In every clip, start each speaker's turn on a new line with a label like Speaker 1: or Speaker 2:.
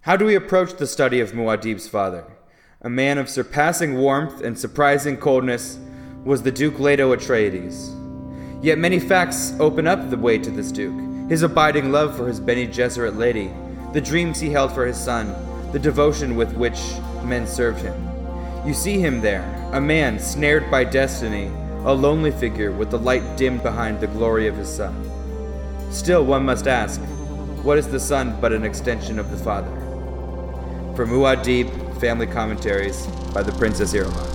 Speaker 1: How do we approach the study of Muad'Dib's father? A man of surpassing warmth and surprising coldness was the Duke Leto Atreides. Yet many facts open up the way to this Duke his abiding love for his Bene Gesserit lady, the dreams he held for his son, the devotion with which men served him. You see him there, a man snared by destiny, a lonely figure with the light dimmed behind the glory of his son. Still, one must ask what is the son but an extension of the father? For Muad'Dib, Family Commentaries by the Princess Irulan.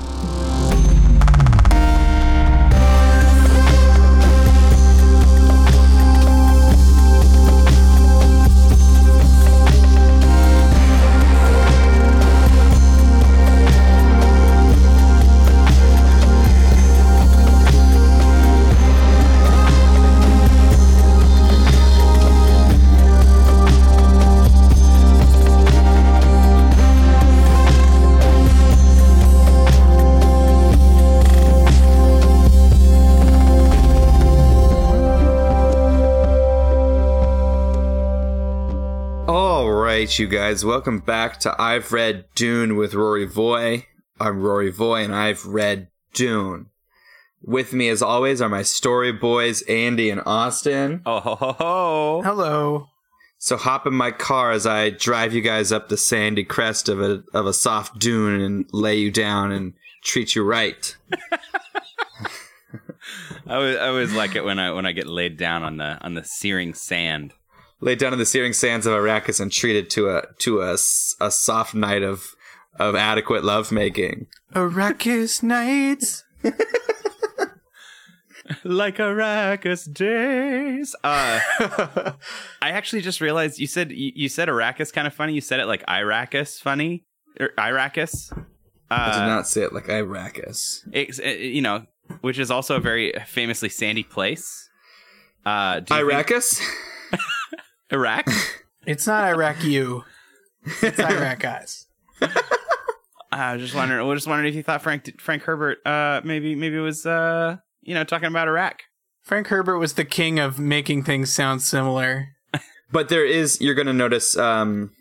Speaker 1: All right, you guys, welcome back to I've Read Dune with Rory Voy. I'm Rory Voy, and I've read Dune. With me, as always, are my story boys, Andy and Austin.
Speaker 2: Oh ho ho ho!
Speaker 3: Hello.
Speaker 1: So hop in my car as I drive you guys up the sandy crest of a of a soft dune and lay you down and treat you right.
Speaker 2: I always, I always like it when I when I get laid down on the on the searing sand.
Speaker 1: Lay down in the searing sands of Arrakis and treated to a to a, s- a soft night of of adequate lovemaking.
Speaker 3: Arrakis Nights.
Speaker 2: Like Arrakis days. Uh, I actually just realized you said you, you said Arrakis kind of funny. You said it like Iracus funny or Iracus.
Speaker 1: I did
Speaker 2: Uh,
Speaker 1: not say it like Arrakis.
Speaker 2: it's, uh, you know, which is also a very famously sandy place. Uh, do you think-
Speaker 1: Arrakis?
Speaker 2: Iraq.
Speaker 3: It's not Iraq you. It's Iraq us.
Speaker 2: I was just wondering. I was just wondering if you thought Frank Frank Herbert uh, maybe maybe was uh, you know talking about Iraq.
Speaker 3: Frank Herbert was the king of making things sound similar.
Speaker 1: But there is you're gonna notice um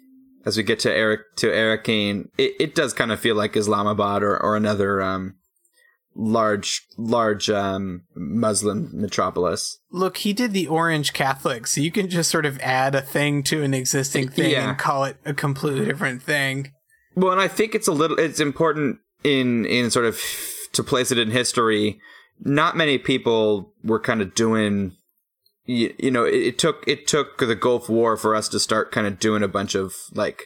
Speaker 1: as we get to Eric to Ericane, it, it does kind of feel like Islamabad or, or another um large large um Muslim metropolis.
Speaker 3: Look, he did the Orange Catholic, so you can just sort of add a thing to an existing thing
Speaker 1: Yeah.
Speaker 3: and call it a completely different thing.
Speaker 1: Well and I think it's a little it's important in in sort of to place it in history. Not many people were kind of doing you, you know, it, it took it took the Gulf War for us to start kind of doing a bunch of like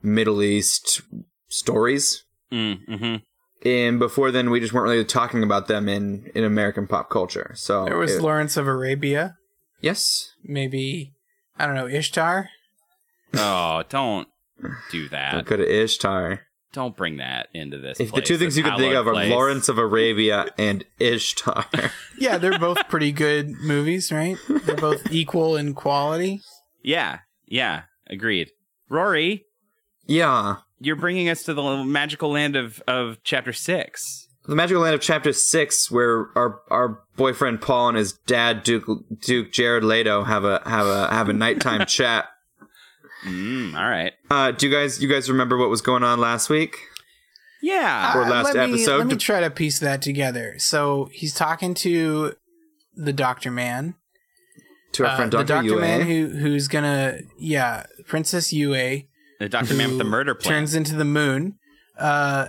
Speaker 1: Middle East stories.
Speaker 2: Mm, mm-hmm.
Speaker 1: and before then we just weren't really talking about them in in American pop culture. So
Speaker 3: There was
Speaker 1: it-
Speaker 3: Lawrence of Arabia,
Speaker 1: yes,
Speaker 3: maybe I don't know, Ishtar.
Speaker 2: Oh, don't do
Speaker 1: we
Speaker 2: that.
Speaker 1: could have Ishtar.
Speaker 2: Don't bring that into this.
Speaker 1: If the
Speaker 2: place,
Speaker 1: two things
Speaker 2: this
Speaker 1: you could think
Speaker 2: hallowed
Speaker 1: of are
Speaker 2: place.
Speaker 1: Lawrence of Arabia and Ishtar,
Speaker 3: Yeah, they're both pretty good movies, right? They're both equal in quality.
Speaker 2: Yeah, yeah, agreed. Rory,
Speaker 1: yeah,
Speaker 2: you're bringing us to the magical land of of chapter six.
Speaker 1: the magical land of chapter six, where our our boyfriend Paul and his dad Duke Duke Jared Leto have a have a have a nighttime chat.
Speaker 2: Mm, all right.
Speaker 1: Uh, do you guys you guys remember what was going on last week?
Speaker 2: Yeah.
Speaker 1: Or last
Speaker 3: Uh, let me,
Speaker 1: episode.
Speaker 3: Let me try to piece that together. So he's talking to the Doctor Man,
Speaker 1: To our
Speaker 3: uh,
Speaker 1: friend
Speaker 3: the
Speaker 1: Doctor
Speaker 3: Doctor
Speaker 1: Yue.
Speaker 3: Man who who's gonna yeah Princess Yue
Speaker 2: the Doctor Man with the
Speaker 3: who
Speaker 2: murder plan.
Speaker 3: turns into the moon. Uh,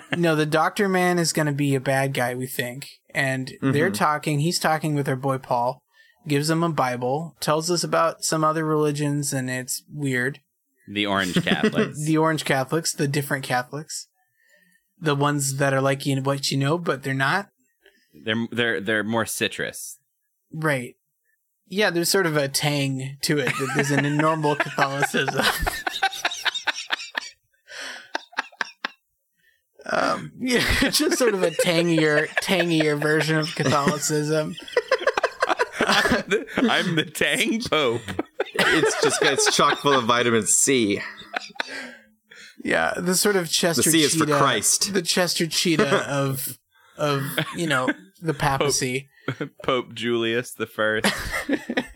Speaker 3: no, the Doctor Man is gonna be a bad guy. We think, and
Speaker 1: Mm-hmm.
Speaker 3: they're talking. He's talking with our boy Paul. Gives him a Bible, tells us about some other religions, and it's weird.
Speaker 2: the Orange Catholics.
Speaker 3: The Orange Catholics, the different Catholics, the ones that are like you, what you know, but they're not.
Speaker 2: they're they're they're more citrus.
Speaker 3: Right. Yeah, there's sort of a tang to it that is an normal Catholicism. um, yeah, it's just sort of a tangier, tangier version of Catholicism.
Speaker 2: I'm the Tang Pope.
Speaker 1: It's just it's chock full of vitamin C.
Speaker 3: Yeah, the sort of Chester
Speaker 1: C is for
Speaker 3: Cheetah-
Speaker 1: Christ.
Speaker 3: the Chester Cheetah of of you know the papacy.
Speaker 2: Pope Julius the first.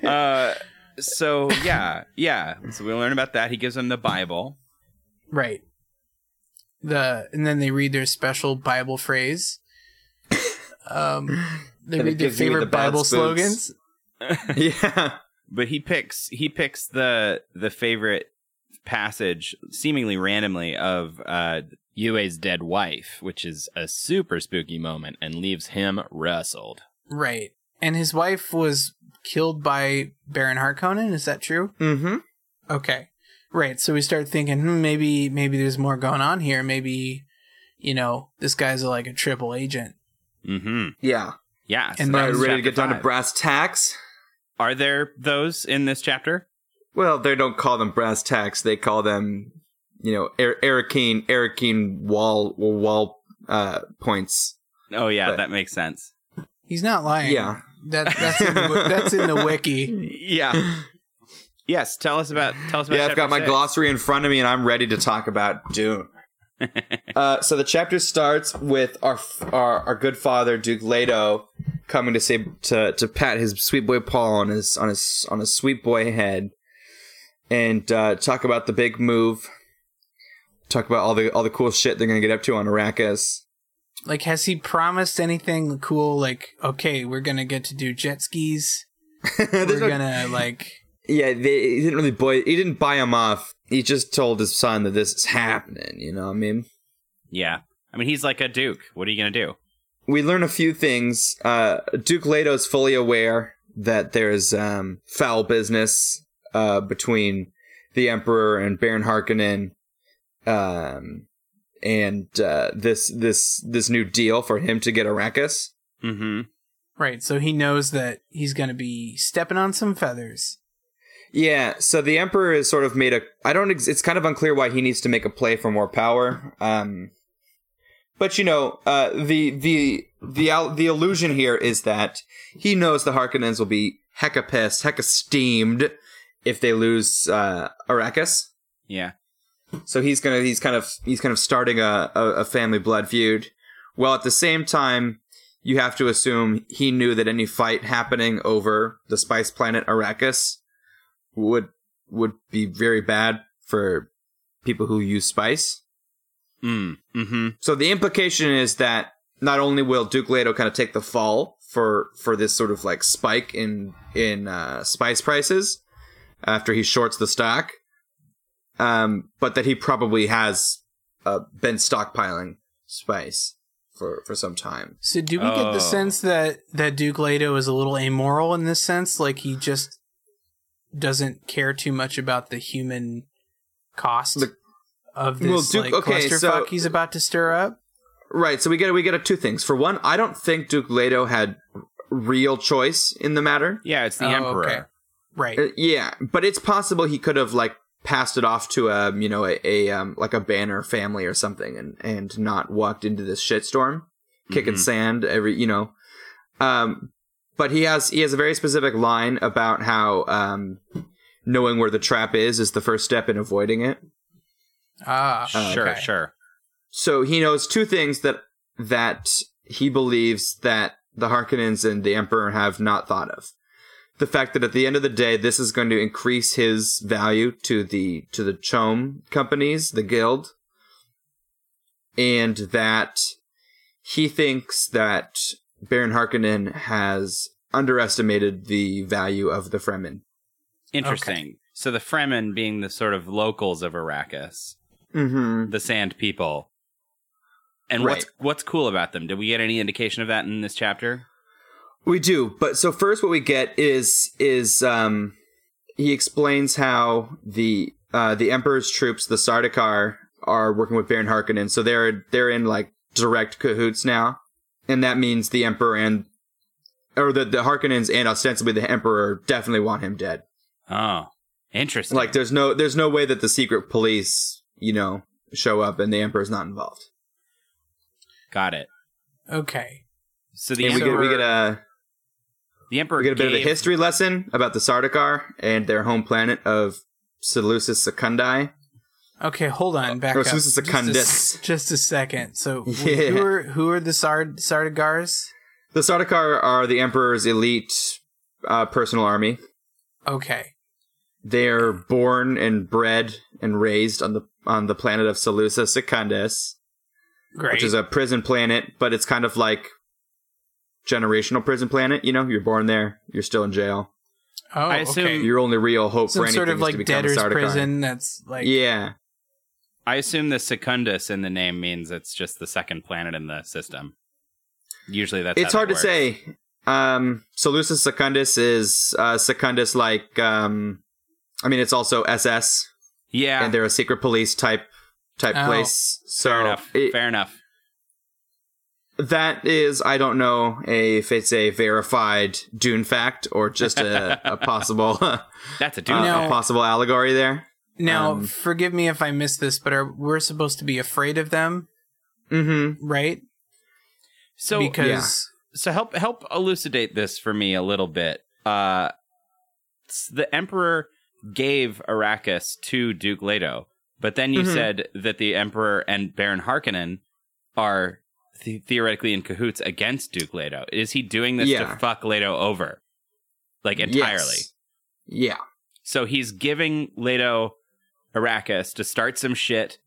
Speaker 2: Uh, so yeah, yeah. So we learn about that. He gives him the Bible.
Speaker 3: Right. The and then they read their special Bible phrase. Um, they
Speaker 1: And it
Speaker 3: read their
Speaker 1: gives you the
Speaker 3: favorite
Speaker 1: bad
Speaker 3: Bible
Speaker 1: spooks.
Speaker 3: slogans.
Speaker 1: yeah.
Speaker 2: but he picks he picks the the favorite passage seemingly randomly of uh
Speaker 4: Yue's dead wife, which is a super spooky moment and leaves him rustled.
Speaker 3: Right. And his wife was killed by Baron Harkonnen. Is that true?
Speaker 1: Mm-hmm.
Speaker 3: Okay. Right. So we start thinking hmm, maybe maybe there's more going on here. Maybe you know this guy's like a triple agent.
Speaker 2: mm-hmm
Speaker 1: Yeah.
Speaker 2: yeah so
Speaker 3: And
Speaker 1: All right,
Speaker 2: that's
Speaker 1: ready to get
Speaker 2: chapter
Speaker 1: down to
Speaker 2: five.
Speaker 1: brass tacks?
Speaker 2: are there those in this chapter
Speaker 1: Well, they don't call them brass tacks. They call them, you know, er- Arakeen, Arakeen wall wall uh, points.
Speaker 2: oh yeah
Speaker 1: But-
Speaker 2: that makes sense
Speaker 3: He's not lying.
Speaker 1: Yeah.
Speaker 3: That that's in the, wi- that's in the wiki.
Speaker 2: yeah yes tell us about tell us about
Speaker 1: Yeah, I've got
Speaker 2: chapter
Speaker 1: my
Speaker 2: six.
Speaker 1: glossary in front of me, and I'm ready to talk about Dune. uh, so the chapter starts with our, our our good father Duke Leto coming to say to to pat his sweet boy Paul on his on his on his sweet boy head, and uh, talk about the big move. Talk about all the all the cool shit they're gonna get up to on Arrakis.
Speaker 3: Like, has he promised anything cool? Like, okay, we're gonna get to do jet skis.
Speaker 1: There's
Speaker 3: We're
Speaker 1: no-
Speaker 3: gonna like.
Speaker 1: yeah, they, he didn't really buy. He didn't buy him off. He just told his son that this is happening. You know, what I mean.
Speaker 2: yeah i mean he's like a duke what are you gonna do
Speaker 1: we learn a few things. Uh, Duke Leto is fully aware that there's um, foul business uh, between the Emperor and Baron Harkonnen, um, and uh, this this this new deal for him to get Arrakis.
Speaker 2: mm-hmm
Speaker 3: Right, so he knows that he's going to be stepping on some feathers.
Speaker 1: Yeah, so the Emperor has sort of made a. I don't. Ex- it's kind of unclear why he needs to make a play for more power. Um, but you know, uh, the the the al- the illusion here is that he knows the Harkonnens will be hecka pissed, hecka steamed if they lose uh, Arrakis.
Speaker 2: yeah
Speaker 1: So he's gonna he's kind of he's kind of starting a, a, a family blood feud. While at the same time, you have to assume he knew that any fight happening over the spice planet Arrakis would would be very bad for people who use spice.
Speaker 2: mm, mm-hmm
Speaker 1: So the implication is that not only will Duke Leto kind of take the fall for for this sort of like spike in in uh, spice prices after he shorts the stock, um, but that he probably has uh, been stockpiling spice for for some time.
Speaker 3: So do we get
Speaker 2: Oh.
Speaker 3: the sense that that Duke Leto is a little amoral in this sense, like he just doesn't care too much about the human cost
Speaker 1: The-
Speaker 3: of this
Speaker 1: Well, Duke-
Speaker 3: like
Speaker 1: okay,
Speaker 3: clusterfuck
Speaker 1: so-
Speaker 3: he's about to stir up?
Speaker 1: Right. So we get we get a two things. For one, I don't think Duke Leto had real choice in the matter.
Speaker 2: yeah it's the
Speaker 3: Oh,
Speaker 2: emperor
Speaker 3: okay. Right.
Speaker 1: Uh, yeah, but it's possible he could have like passed it off to a you know a, a um, like a banner family or something, and and not walked into this shitstorm, kicking
Speaker 2: Mhm.
Speaker 1: sand every you know. Um, but he has he has a very specific line about how um, knowing where the trap is is the first step in avoiding it.
Speaker 3: ah,
Speaker 2: sure
Speaker 3: okay.
Speaker 2: sure
Speaker 1: So he knows two things that that he believes that the Harkonnens and the Emperor have not thought of. The fact that at the end of the day, this is going to increase his value to the to the Chom companies, the guild, and that he thinks that Baron Harkonnen has underestimated the value of the Fremen.
Speaker 2: interesting so the fremen being the sort of locals of arrakis
Speaker 1: Mm-hmm.
Speaker 2: the sand people. And what's
Speaker 1: Right.
Speaker 2: what's cool about them? Did we get any indication of that in this chapter?
Speaker 1: We do, but so first, what we get is is um, he explains how the uh, the Emperor's troops, the Sardaukar, are working with Baron Harkonnen, so they're they're in like direct cahoots now, and that means the Emperor and or the the Harkonnens and ostensibly the Emperor definitely want him dead.
Speaker 2: Oh, interesting.
Speaker 1: Like, there's no there's no way that the secret police, you know, show up and the Emperor's not involved.
Speaker 2: got it.
Speaker 3: Okay.
Speaker 2: So the
Speaker 1: and we get
Speaker 2: emperor,
Speaker 1: we get a
Speaker 2: the emperor
Speaker 1: We get a bit of a
Speaker 2: gave-
Speaker 1: history lesson about the Sardaukar and their home planet of Seleucus Secundi.
Speaker 3: Okay, hold on, back
Speaker 1: oh,
Speaker 3: up.
Speaker 1: so this is a
Speaker 3: Just s-
Speaker 1: condis.
Speaker 3: Just a second. So wh-
Speaker 1: Yeah.
Speaker 3: who are who are the Sard Sardagars?
Speaker 1: The Sardaukar are the Emperor's elite uh, personal army.
Speaker 3: Okay.
Speaker 1: They are born and bred and raised on the on the planet of Seleucia Secundus,
Speaker 3: Great.
Speaker 1: which is a prison planet, but it's kind of like generational prison planet. You know, you're born there, you're still in jail.
Speaker 3: oh,
Speaker 2: I assume-
Speaker 3: okay.
Speaker 1: Your only real hope for
Speaker 3: Some
Speaker 1: anything
Speaker 3: sort of
Speaker 1: is to
Speaker 3: like
Speaker 1: become a
Speaker 3: debtor's
Speaker 1: Sardaukar.
Speaker 3: prison that's like
Speaker 1: yeah,
Speaker 2: I assume the Secundus in the name means it's just the second planet in the system. Usually that's
Speaker 1: it's
Speaker 2: how
Speaker 1: hard
Speaker 2: that
Speaker 1: to say. Um, Seleucus Secundus is uh, Secundus like. Um, I mean, it's also SS,
Speaker 2: Yeah,
Speaker 1: and they're a secret police type type
Speaker 3: Oh.
Speaker 1: place. So
Speaker 2: fair enough.
Speaker 1: it-
Speaker 2: fair enough.
Speaker 1: that is, I don't know if it's a verified Dune fact or just a, a possible a
Speaker 2: That's a dude.
Speaker 3: No.
Speaker 1: a possible allegory there.
Speaker 3: Now,
Speaker 1: Um,
Speaker 3: forgive me if I missed this, but are we're supposed to be afraid of them,
Speaker 1: Mm-hmm.
Speaker 3: right?
Speaker 2: So
Speaker 3: because
Speaker 2: so help help elucidate this for me a little bit. Uh, s- the emperor gave Arrakis to Duke Leto, but then you
Speaker 1: Mhm.
Speaker 2: said that the emperor and Baron Harkonnen are th- theoretically in cahoots against Duke Leto. Is he doing this
Speaker 1: Yeah.
Speaker 2: to fuck Leto over, like entirely?
Speaker 1: Yeah.
Speaker 2: So he's giving Leto Arrakis to start some shit,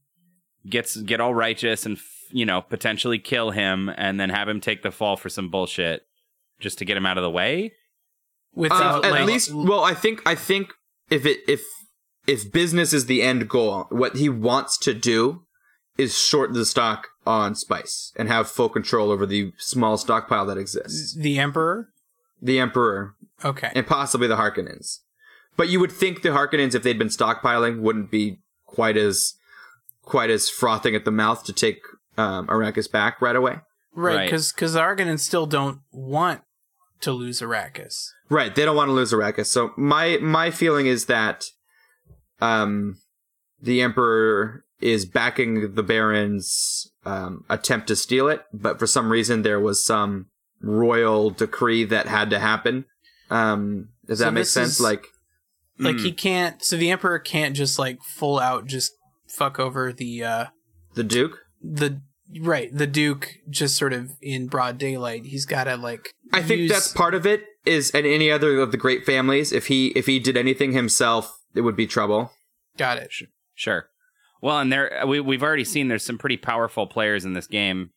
Speaker 2: gets get all righteous and f- you know potentially kill him, and then have him take the fall for some bullshit just to get him out of the way.
Speaker 1: Uh,
Speaker 3: without
Speaker 1: at
Speaker 3: like,
Speaker 1: least, well, I think I think if it if if business is the end goal, what he wants to do is short the stock on spice and have full control over the small stockpile that exists.
Speaker 3: the emperor.
Speaker 1: The emperor
Speaker 3: Okay,
Speaker 1: and possibly the Harkonnens. But you would think the Harkonnens, if they'd been stockpiling, wouldn't be quite as quite as frothing at the mouth to take um, Arrakis back right away.
Speaker 3: right?
Speaker 2: right.
Speaker 3: Because the Argonauts still don't want to lose Arrakis.
Speaker 1: Right, they don't want to lose Arrakis. So my my feeling is that um, the Emperor is backing the Baron's um, attempt to steal it, but for some reason there was some royal decree that had to happen. Um, does
Speaker 3: So
Speaker 1: that make
Speaker 3: this
Speaker 1: sense?
Speaker 3: is-
Speaker 1: like,
Speaker 3: Like
Speaker 1: Hmm. Mm.
Speaker 3: he can't. So the emperor can't just like full out just fuck over the uh
Speaker 1: the Duke?
Speaker 3: the right the duke just sort of in broad daylight. He's got to like.
Speaker 1: I think
Speaker 3: use-
Speaker 1: that's part of it. Is and any other of the great families, if he if he did anything himself, it would be trouble.
Speaker 3: got it.
Speaker 2: Sure. Well, and there we we've already seen there's some pretty powerful players in this game,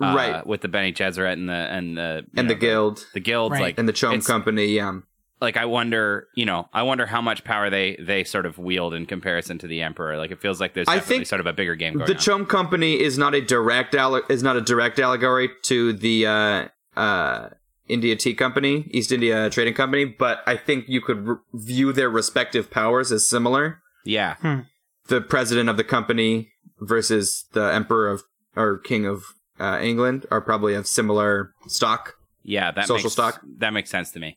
Speaker 2: uh,
Speaker 1: Right.
Speaker 2: With the Benny Gesserit and the and the you
Speaker 1: And the
Speaker 2: know,
Speaker 1: guild
Speaker 2: the guilds
Speaker 3: Right.
Speaker 2: like
Speaker 1: and the Chom
Speaker 2: it's-
Speaker 1: Company. Yeah,
Speaker 2: like I wonder you know I wonder how much power they they sort of wield in comparison to the emperor. Like it feels like there's
Speaker 1: I
Speaker 2: definitely
Speaker 1: think
Speaker 2: sort of a bigger game going
Speaker 1: the
Speaker 2: on.
Speaker 1: Chom Company is not a direct alle- is not a direct allegory to the uh, uh, India Tea Company, East India Trading Company, but I think you could r view their respective powers as similar.
Speaker 2: yeah.
Speaker 1: The president of the company versus the emperor of or king of uh, England are probably of similar stock.
Speaker 2: Yeah, that
Speaker 1: Social
Speaker 2: makes,
Speaker 1: stock.
Speaker 2: That makes sense to me.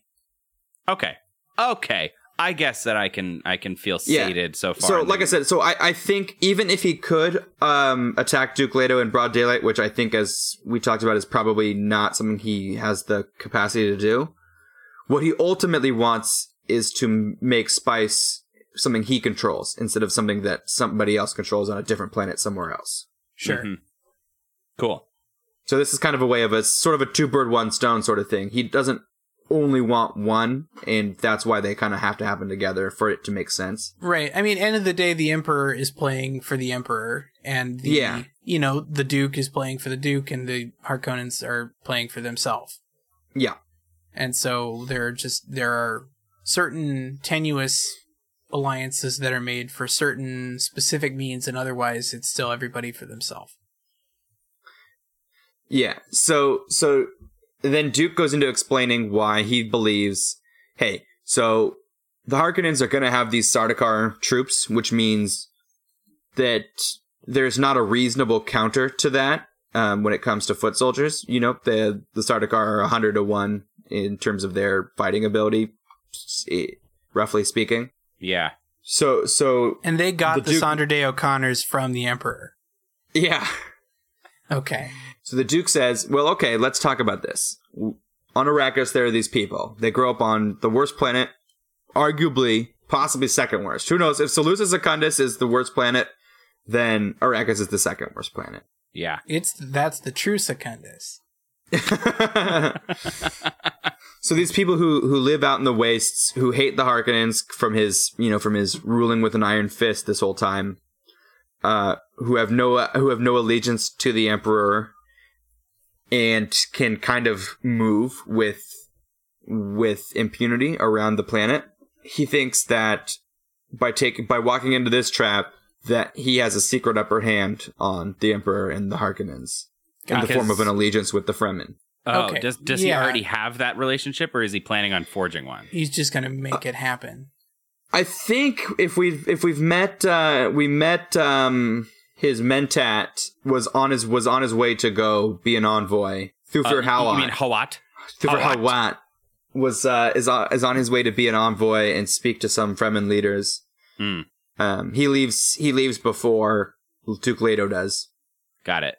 Speaker 2: Okay, okay. I guess that I can I can feel
Speaker 1: Yeah.
Speaker 2: sated so far.
Speaker 1: So,
Speaker 2: in
Speaker 1: like
Speaker 2: the-
Speaker 1: I said, so I, I think even if he could um, attack Duke Leto in broad daylight, which I think, as we talked about, is probably not something he has the capacity to do, what he ultimately wants is to m- make Spice something he controls instead of something that somebody else controls on a different planet somewhere else.
Speaker 3: Sure.
Speaker 2: Mhm. Cool.
Speaker 1: So, this is kind of a way of a sort of a two bird, one stone sort of thing. He doesn't only want one, and that's why they kind of have to happen together for it to make sense.
Speaker 3: Right. I mean, end of the day, the emperor is playing for the emperor, and the
Speaker 1: Yeah.
Speaker 3: you know the duke is playing for the duke, and the Harkonnens are playing for themselves.
Speaker 1: Yeah.
Speaker 3: And so there are just there are certain tenuous alliances that are made for certain specific means, and otherwise it's still everybody for themselves.
Speaker 1: Yeah. So so then Duke goes into explaining why he believes, hey, so the Harkonnens are going to have these Sardaukar troops, which means that there's not a reasonable counter to that um, when it comes to foot soldiers. You know, the the Sardaukar are 100 to 1 in terms of their fighting ability, s- eh, roughly speaking.
Speaker 2: Yeah.
Speaker 1: So so
Speaker 3: And they got
Speaker 1: The
Speaker 3: the,
Speaker 1: Duke-
Speaker 3: Sonder Day O'Connors from the emperor.
Speaker 1: yeah.
Speaker 3: Okay.
Speaker 1: So the Duke says, Well, okay, let's talk about this. W- On Arrakis, there are these people. They grow up on the worst planet, arguably, possibly second worst. Who knows? If Seleucus Secundus is the worst planet, then Arrakis is the second worst planet.
Speaker 2: Yeah.
Speaker 3: It's that's the true Secundus.
Speaker 1: So these people who who live out in the wastes, who hate the Harkonnens from his you know from his ruling with an iron fist this whole time, uh, who have no who have no allegiance to the Emperor, and can kind of move with with impunity around the planet. He thinks that by take by walking into this trap that he has a secret upper hand on the Emperor and the Harkonnens in the
Speaker 2: Because-
Speaker 1: form of an allegiance with the Fremen.
Speaker 2: Oh,
Speaker 3: Okay,
Speaker 2: does does
Speaker 3: yeah.
Speaker 2: he already have that relationship, or is he planning on forging one?
Speaker 3: He's just gonna make it happen.
Speaker 1: I think if we if we've met uh, we met um, his mentat was on his was on his way to go be an envoy through for
Speaker 2: Uh, you-
Speaker 1: Hawat.
Speaker 2: you mean Hawat?
Speaker 1: through for
Speaker 2: Hawat.
Speaker 1: Hawat was uh, is on, is on his way to be an envoy and speak to some Fremen leaders.
Speaker 2: Hmm.
Speaker 1: Um, he leaves he leaves before Tukledo does.
Speaker 2: Got it.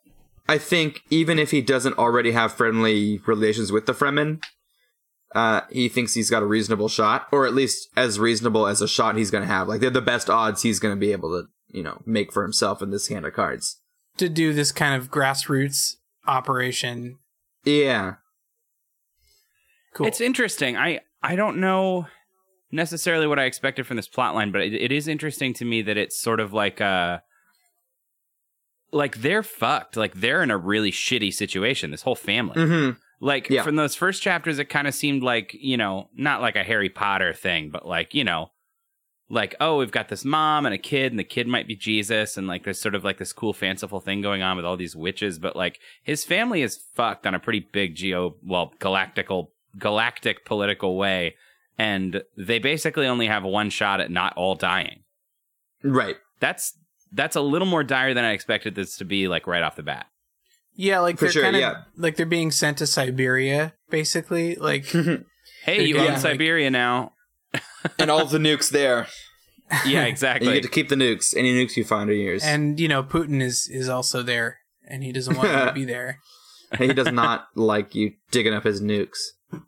Speaker 1: I think even if he doesn't already have friendly relations with the Fremen, uh, he thinks he's got a reasonable shot, or at least as reasonable as a shot he's going to have. Like they're the best odds he's going to be able to, you know, make for himself in this hand of cards.
Speaker 3: To do this kind of grassroots operation.
Speaker 1: Yeah,
Speaker 3: Cool.
Speaker 2: It's interesting. I I don't know necessarily what I expected from this plot line, but it, it is interesting to me that it's sort of like uh like they're fucked. Like they're in a really shitty situation. This whole family.
Speaker 1: hmm
Speaker 2: Like
Speaker 1: Yeah.
Speaker 2: from those first chapters, it kind of seemed like you know not like a Harry Potter thing, but like you know. Like, oh, we've got this mom and a kid, and the kid might be Jesus, and like there's sort of like this cool fanciful thing going on with all these witches, but like his family is fucked on a pretty big geo well galactical galactic political way and they basically only have one shot at not all dying
Speaker 1: right.
Speaker 2: that's that's a little more dire than i expected this to be like right off the bat
Speaker 3: yeah, like
Speaker 1: For
Speaker 3: they're
Speaker 1: sure,
Speaker 3: kind of
Speaker 1: yeah.
Speaker 3: like they're being sent to Siberia, basically. Like
Speaker 2: hey you
Speaker 3: Yeah,
Speaker 2: own
Speaker 3: like-
Speaker 2: siberia now
Speaker 1: and all of the nukes there.
Speaker 2: yeah
Speaker 1: And you
Speaker 2: exactly
Speaker 1: get to keep the nukes. Any nukes you find are yours.
Speaker 3: and you know, Putin is is also there and he doesn't want him to be there.
Speaker 1: he does not like you digging up his nukes.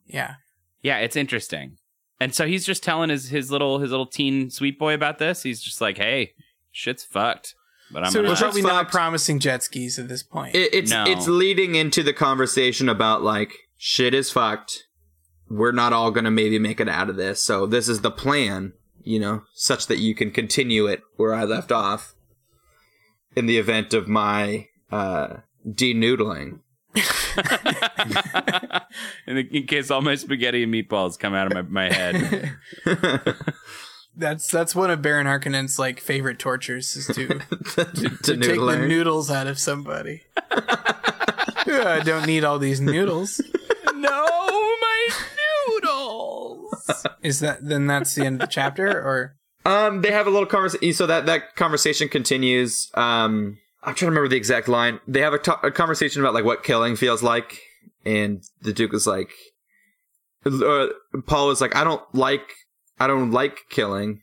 Speaker 3: Yeah.
Speaker 2: yeah it's interesting and so he's just telling his his little his little teen sweet boy about this he's just like hey shit's fucked but i'm
Speaker 3: so
Speaker 2: gonna
Speaker 3: he's probably not
Speaker 1: fucked.
Speaker 3: promising jet skis at this point.
Speaker 1: It, it's
Speaker 2: No.
Speaker 1: it's leading into the conversation about like shit is fucked. We're not all gonna maybe make it out of this. So this is the plan, you know, such that you can continue it where I left off. In the event of my uh, denoodling,
Speaker 2: in, in case all my spaghetti and meatballs come out of my, my head
Speaker 3: That's that's one of Baron Harkonnen's like favorite tortures is to to take the
Speaker 1: denoodling.
Speaker 3: noodles out of somebody. Yeah, I don't need all these noodles.
Speaker 2: no my noodles
Speaker 3: Is that then? That's the end of the chapter, or
Speaker 1: Um, they have a little conversation. So that that conversation continues. Um, I'm trying to remember the exact line. They have a to- a conversation about like what killing feels like, and the Duke is like, uh, Paul is like, I don't like, I don't like killing,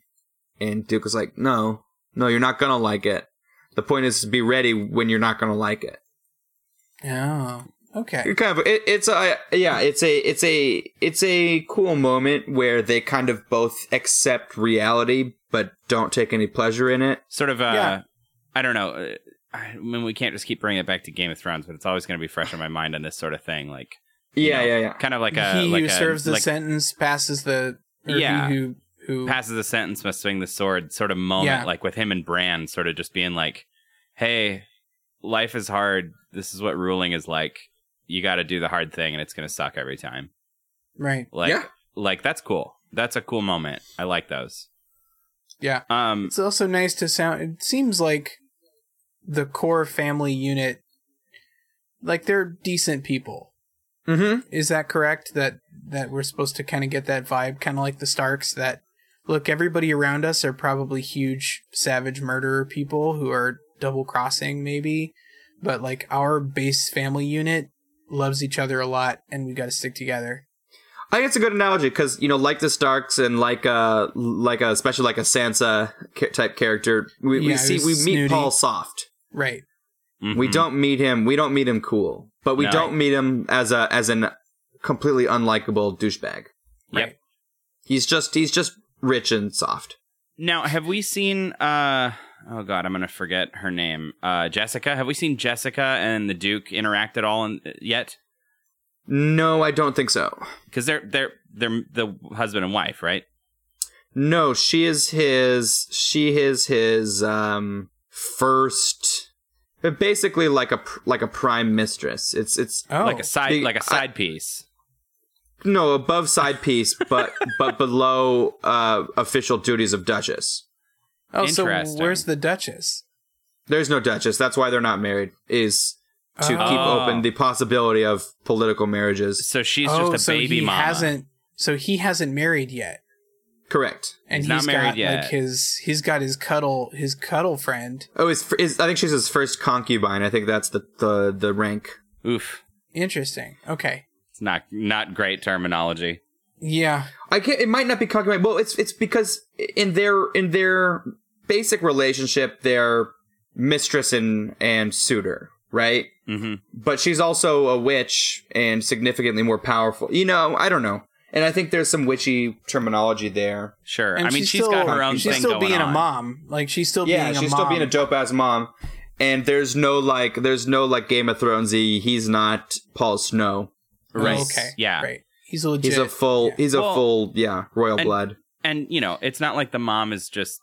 Speaker 1: and Duke is like, No, no, you're not gonna like it. The point is to be ready when you're not gonna like it.
Speaker 3: oh, okay,
Speaker 1: It kind of it, it's a yeah it's a it's a it's a cool moment where they kind of both accept reality but don't take any pleasure in it
Speaker 2: sort of uh
Speaker 3: Yeah.
Speaker 2: i don't know uh, i mean we can't just keep bringing it back to game of thrones but it's always going to be fresh in my mind on this sort of thing like you
Speaker 1: Yeah,
Speaker 2: know,
Speaker 1: yeah, yeah.
Speaker 2: kind of like a
Speaker 3: he
Speaker 2: like
Speaker 3: who
Speaker 2: a-
Speaker 3: serves the
Speaker 2: like
Speaker 3: sentence passes the or he
Speaker 2: Yeah.
Speaker 3: who who
Speaker 2: passes the sentence must swing the sword sort of moment
Speaker 3: Yeah.
Speaker 2: like with him and bran sort of just being like hey life is hard this is what ruling is like you got to do the hard thing and it's going to suck every time
Speaker 3: right
Speaker 2: like
Speaker 1: Yeah.
Speaker 2: like that's cool that's a cool moment i like those
Speaker 3: yeah.
Speaker 2: um
Speaker 3: It's also nice to sound. It seems like the core family unit, like they're decent people.
Speaker 1: Mm-hmm.
Speaker 3: Is that correct? That that we're supposed to kind of get that vibe, kind of like the Starks. That look, everybody around us are probably huge savage murderer people who are double crossing, maybe. But like our base family unit loves each other a lot, and we got to stick together.
Speaker 1: I think it's a good analogy because you know, like the Starks and like uh like a especially like a Sansa ca- type character, we,
Speaker 3: Yeah,
Speaker 1: we see we meet
Speaker 3: who's snooty.
Speaker 1: Paul soft.
Speaker 3: Right.
Speaker 1: We
Speaker 2: mhm.
Speaker 1: don't meet him. We don't meet him cool, but we
Speaker 2: No.
Speaker 1: don't meet him as a as an completely unlikable douchebag.
Speaker 2: Yep.
Speaker 3: Right.
Speaker 1: He's just he's just rich and soft.
Speaker 2: Now, have we seen? uh Oh God, I'm gonna forget her name. Uh Jessica. Have we seen Jessica and the Duke interact at all in, yet?
Speaker 1: No, I don't think so.
Speaker 2: Because they're they're they're the husband and wife, right?
Speaker 1: No, she is his. She is his um first, basically like a pr- like a prime mistress. It's it's
Speaker 3: Oh,
Speaker 2: like a side
Speaker 1: The-
Speaker 2: like a
Speaker 1: I-
Speaker 2: side piece.
Speaker 1: no above side piece, but but below uh official duties of duchess.
Speaker 3: oh so
Speaker 2: interesting.
Speaker 3: where's the Duchess?
Speaker 1: There's no duchess. That's why they're not married. Is to
Speaker 3: Oh.
Speaker 1: keep open the possibility of political marriages.
Speaker 2: So she's
Speaker 3: oh,
Speaker 2: just a
Speaker 3: so
Speaker 2: baby
Speaker 3: he
Speaker 2: mama.
Speaker 3: hasn't. So he hasn't married yet,
Speaker 1: Correct.
Speaker 3: and
Speaker 2: He's not married
Speaker 3: got
Speaker 2: yet.
Speaker 3: like his he's got his cuddle his cuddle friend.
Speaker 1: Oh, his, fir- his I think she's his first concubine. I think that's the the the rank.
Speaker 2: Oof.
Speaker 3: Interesting. Okay.
Speaker 2: It's not not great terminology.
Speaker 3: Yeah.
Speaker 1: I can't. It might not be concubine. Well, it's it's because in their in their basic relationship, they're mistress and and suitor, right?
Speaker 2: hmm
Speaker 1: But she's also a witch and significantly more powerful. You know, I don't know. And I think there's some witchy terminology there.
Speaker 2: Sure.
Speaker 3: And
Speaker 2: I mean,
Speaker 3: she's
Speaker 2: she's got
Speaker 3: still-
Speaker 2: her own
Speaker 3: She's
Speaker 2: thing
Speaker 3: still
Speaker 2: going
Speaker 3: being
Speaker 2: on.
Speaker 3: a mom. Like she's still
Speaker 1: Yeah,
Speaker 3: being a
Speaker 1: she's
Speaker 3: mom.
Speaker 1: still being a dope ass mom. And there's no like, there's no like Game of Thronesy. He's not Paul Snow.
Speaker 3: Oh,
Speaker 2: Right.
Speaker 3: okay.
Speaker 2: Yeah.
Speaker 3: Right. He's legit.
Speaker 1: He's a full. He's a
Speaker 2: Well,
Speaker 1: full. Yeah, royal
Speaker 2: and-
Speaker 1: blood.
Speaker 2: And you know, it's not like the mom is just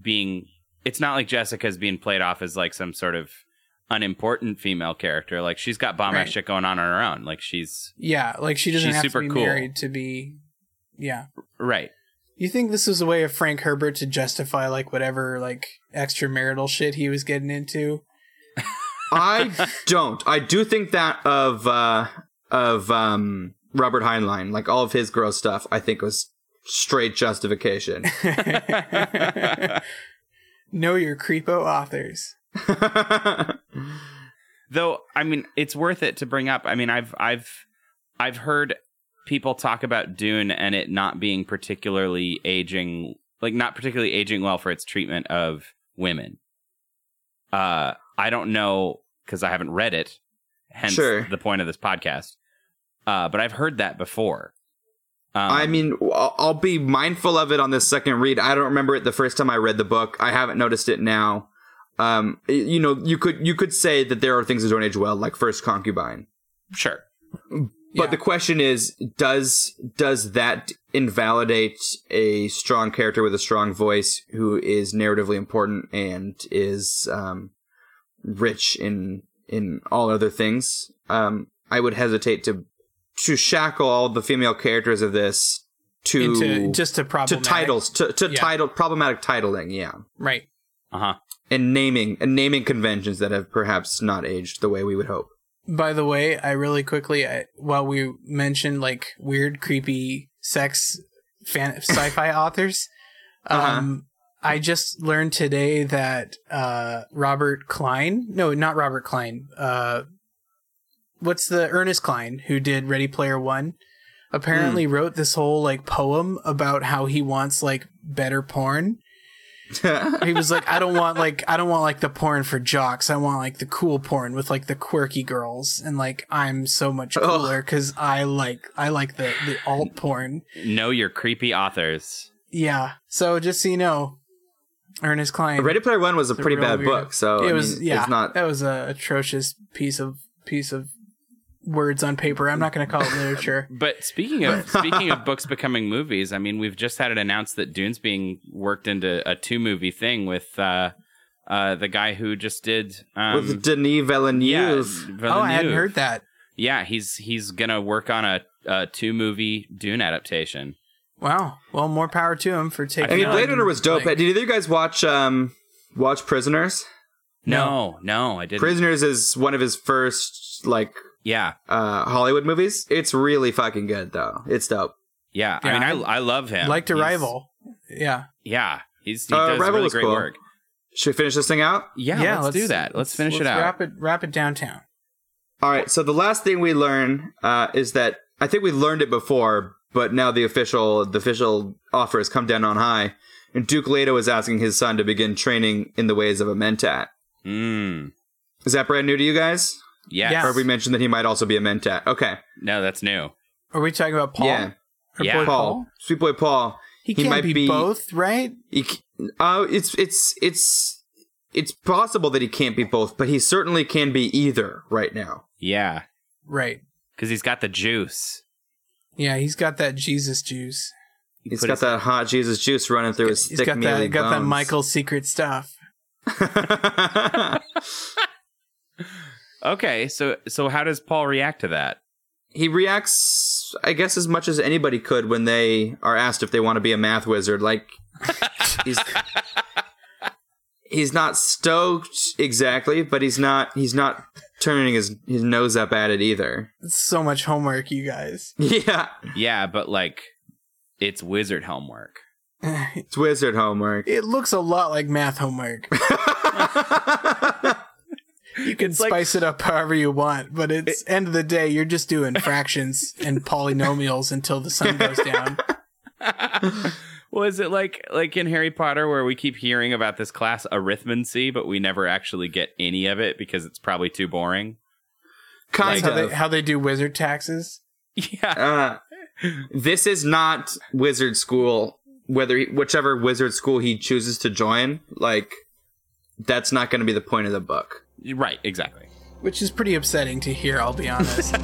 Speaker 2: being. It's not like Jessica's being played off as like some sort of unimportant female character. Like she's got bomb ass
Speaker 3: Right.
Speaker 2: shit going on on her own. Like she's
Speaker 3: yeah. Like she doesn't
Speaker 2: She's
Speaker 3: have
Speaker 2: super
Speaker 3: to be
Speaker 2: cool.
Speaker 3: married to be. Yeah.
Speaker 2: right.
Speaker 3: You think this was a way of Frank Herbert to justify like whatever like extramarital shit he was getting into?
Speaker 1: I don't. I do think that of uh of um Robert Heinlein, like all of his gross stuff, I think was straight justification.
Speaker 3: know your creepo authors.
Speaker 2: Though I mean, it's worth it to bring up. I mean, I've I've I've heard people talk about Dune and it not being particularly aging, like not particularly aging well for its treatment of women. Uh, I don't know because I haven't read it. Hence
Speaker 1: Sure.
Speaker 2: the point of this podcast. Uh, but I've heard that before. Um,
Speaker 1: I mean, I'll I'll be mindful of it on this second read. I don't remember it the first time I read the book. I haven't noticed it now. Um, y- you know, you could you could say that there are things that don't age well, like first concubine.
Speaker 2: sure.
Speaker 1: But
Speaker 3: Yeah.
Speaker 1: the question is, does does that invalidate a strong character with a strong voice who is narratively important and is um, rich in in all other things? Um, I would hesitate to to shackle all the female characters of this to
Speaker 3: into just a
Speaker 1: to
Speaker 3: problematic
Speaker 1: titles to, to
Speaker 3: Yeah.
Speaker 1: title problematic titling, yeah,
Speaker 3: Right.
Speaker 2: Uh huh.
Speaker 1: and naming and naming conventions that have perhaps not aged the way we would hope.
Speaker 3: By the way, I really quickly, I, while we mentioned like weird, creepy sex fan, sci-fi authors,
Speaker 1: Uh-huh.
Speaker 3: um, I just learned today that uh, Robert Klein, no, not Robert Klein, uh, what's the Ernest Klein who did Ready Player One,
Speaker 1: Hmm.
Speaker 3: apparently wrote this whole like poem about how he wants like better porn. he was like, I don't want like I don't want like the porn for jocks. I want like the cool porn with like the quirky girls and like I'm so much
Speaker 1: Oh.
Speaker 3: cooler because I like I like the the alt porn.
Speaker 2: Know your creepy authors.
Speaker 3: Yeah. So just so you know, Ernest Klein.
Speaker 1: Ready Player One was a
Speaker 3: It's a
Speaker 1: pretty
Speaker 3: real
Speaker 1: bad
Speaker 3: weird-
Speaker 1: book, so
Speaker 3: it
Speaker 1: I
Speaker 3: was
Speaker 1: mean,
Speaker 3: yeah.
Speaker 1: it's not
Speaker 3: that was a atrocious piece of piece of words on paper. I'm not going to call it literature.
Speaker 2: But speaking of speaking of books becoming movies, I mean, we've just had it announced that Dune's being worked into a two movie thing with uh, uh, the guy who just did um,
Speaker 1: with Denis Villeneuve.
Speaker 2: Villeneuve.
Speaker 3: oh, I hadn't heard that.
Speaker 2: Yeah, he's he's gonna work on a, a two movie Dune adaptation.
Speaker 3: Wow. Well, more power to him for taking.
Speaker 1: I mean,
Speaker 2: Yeah,
Speaker 1: Blade
Speaker 3: on,
Speaker 1: Runner was dope.
Speaker 3: like-
Speaker 1: Did either of you guys watch um watch Prisoners?
Speaker 2: No, no, I didn't.
Speaker 1: Prisoners is one of his first like
Speaker 2: yeah,
Speaker 1: uh Hollywood movies. It's really fucking good though. It's dope.
Speaker 2: yeah,
Speaker 3: Yeah,
Speaker 2: I mean, I I love him.
Speaker 3: liked
Speaker 2: He's-
Speaker 3: Arrival. Yeah.
Speaker 2: Yeah, he's he
Speaker 1: Uh,
Speaker 2: does
Speaker 1: Arrival
Speaker 2: really
Speaker 1: was
Speaker 2: great
Speaker 1: cool.
Speaker 2: work.
Speaker 1: Should we finish this thing out?
Speaker 2: Yeah, let's, do that. Let's finish it out.
Speaker 3: Wrap it, wrap it downtown.
Speaker 1: All right. So the last thing we learn uh, is that I think we learned it before, but now the official the official offer has come down on high, and Duke Leto is asking his son to begin training in the ways of a mentat.
Speaker 2: Mm,
Speaker 1: Is that brand new to you guys?
Speaker 2: yes.
Speaker 3: Yeah.
Speaker 1: Or we mentioned that he might also be a mentat. Okay.
Speaker 2: No, that's new.
Speaker 3: Are we talking about Paul?
Speaker 1: Yeah.
Speaker 3: Or
Speaker 2: Yeah.
Speaker 3: Boy
Speaker 1: Paul. Sweet boy Paul.
Speaker 3: He,
Speaker 1: He
Speaker 3: can't
Speaker 1: might
Speaker 3: be,
Speaker 1: be-
Speaker 3: both, right?
Speaker 1: He, c- uh, it's it's it's it's possible that he can't be both, but he certainly can be either right now.
Speaker 2: Yeah.
Speaker 3: Right.
Speaker 2: because he's got the juice.
Speaker 3: Yeah, he's got that Jesus juice.
Speaker 2: He
Speaker 1: He's
Speaker 2: put
Speaker 1: got
Speaker 2: his-
Speaker 1: that hot Jesus juice running through his
Speaker 3: He's
Speaker 1: thick
Speaker 3: got that
Speaker 1: mealy
Speaker 3: got that
Speaker 1: bones.
Speaker 3: Michael secret stuff.
Speaker 2: Okay, so so how does Paul react to that?
Speaker 1: he reacts, I guess, as much as anybody could when they are asked if they want to be a math wizard. Like he's he's not stoked exactly, but he's not he's not turning his his nose up at it either.
Speaker 3: It's so much homework, you guys.
Speaker 1: Yeah,
Speaker 2: Yeah, but like, it's wizard homework.
Speaker 1: it's wizard homework.
Speaker 3: It looks a lot like math homework. You can
Speaker 2: like-
Speaker 3: spice it up however you want, but it's end of the day, you're just doing fractions and polynomials until the sun goes down.
Speaker 2: Was it like like in Harry Potter where we keep hearing about this class arithmancy, but we never actually get any of it because it's probably too boring?
Speaker 3: That's
Speaker 1: kind
Speaker 3: how
Speaker 1: of.
Speaker 3: they, how they do wizard taxes.
Speaker 2: Yeah.
Speaker 1: uh, this is not wizard school. Whether he, whichever wizard school he chooses to join, like that's not going to be the point of the book.
Speaker 2: Right, exactly.
Speaker 3: Which is pretty upsetting to hear, I'll be honest.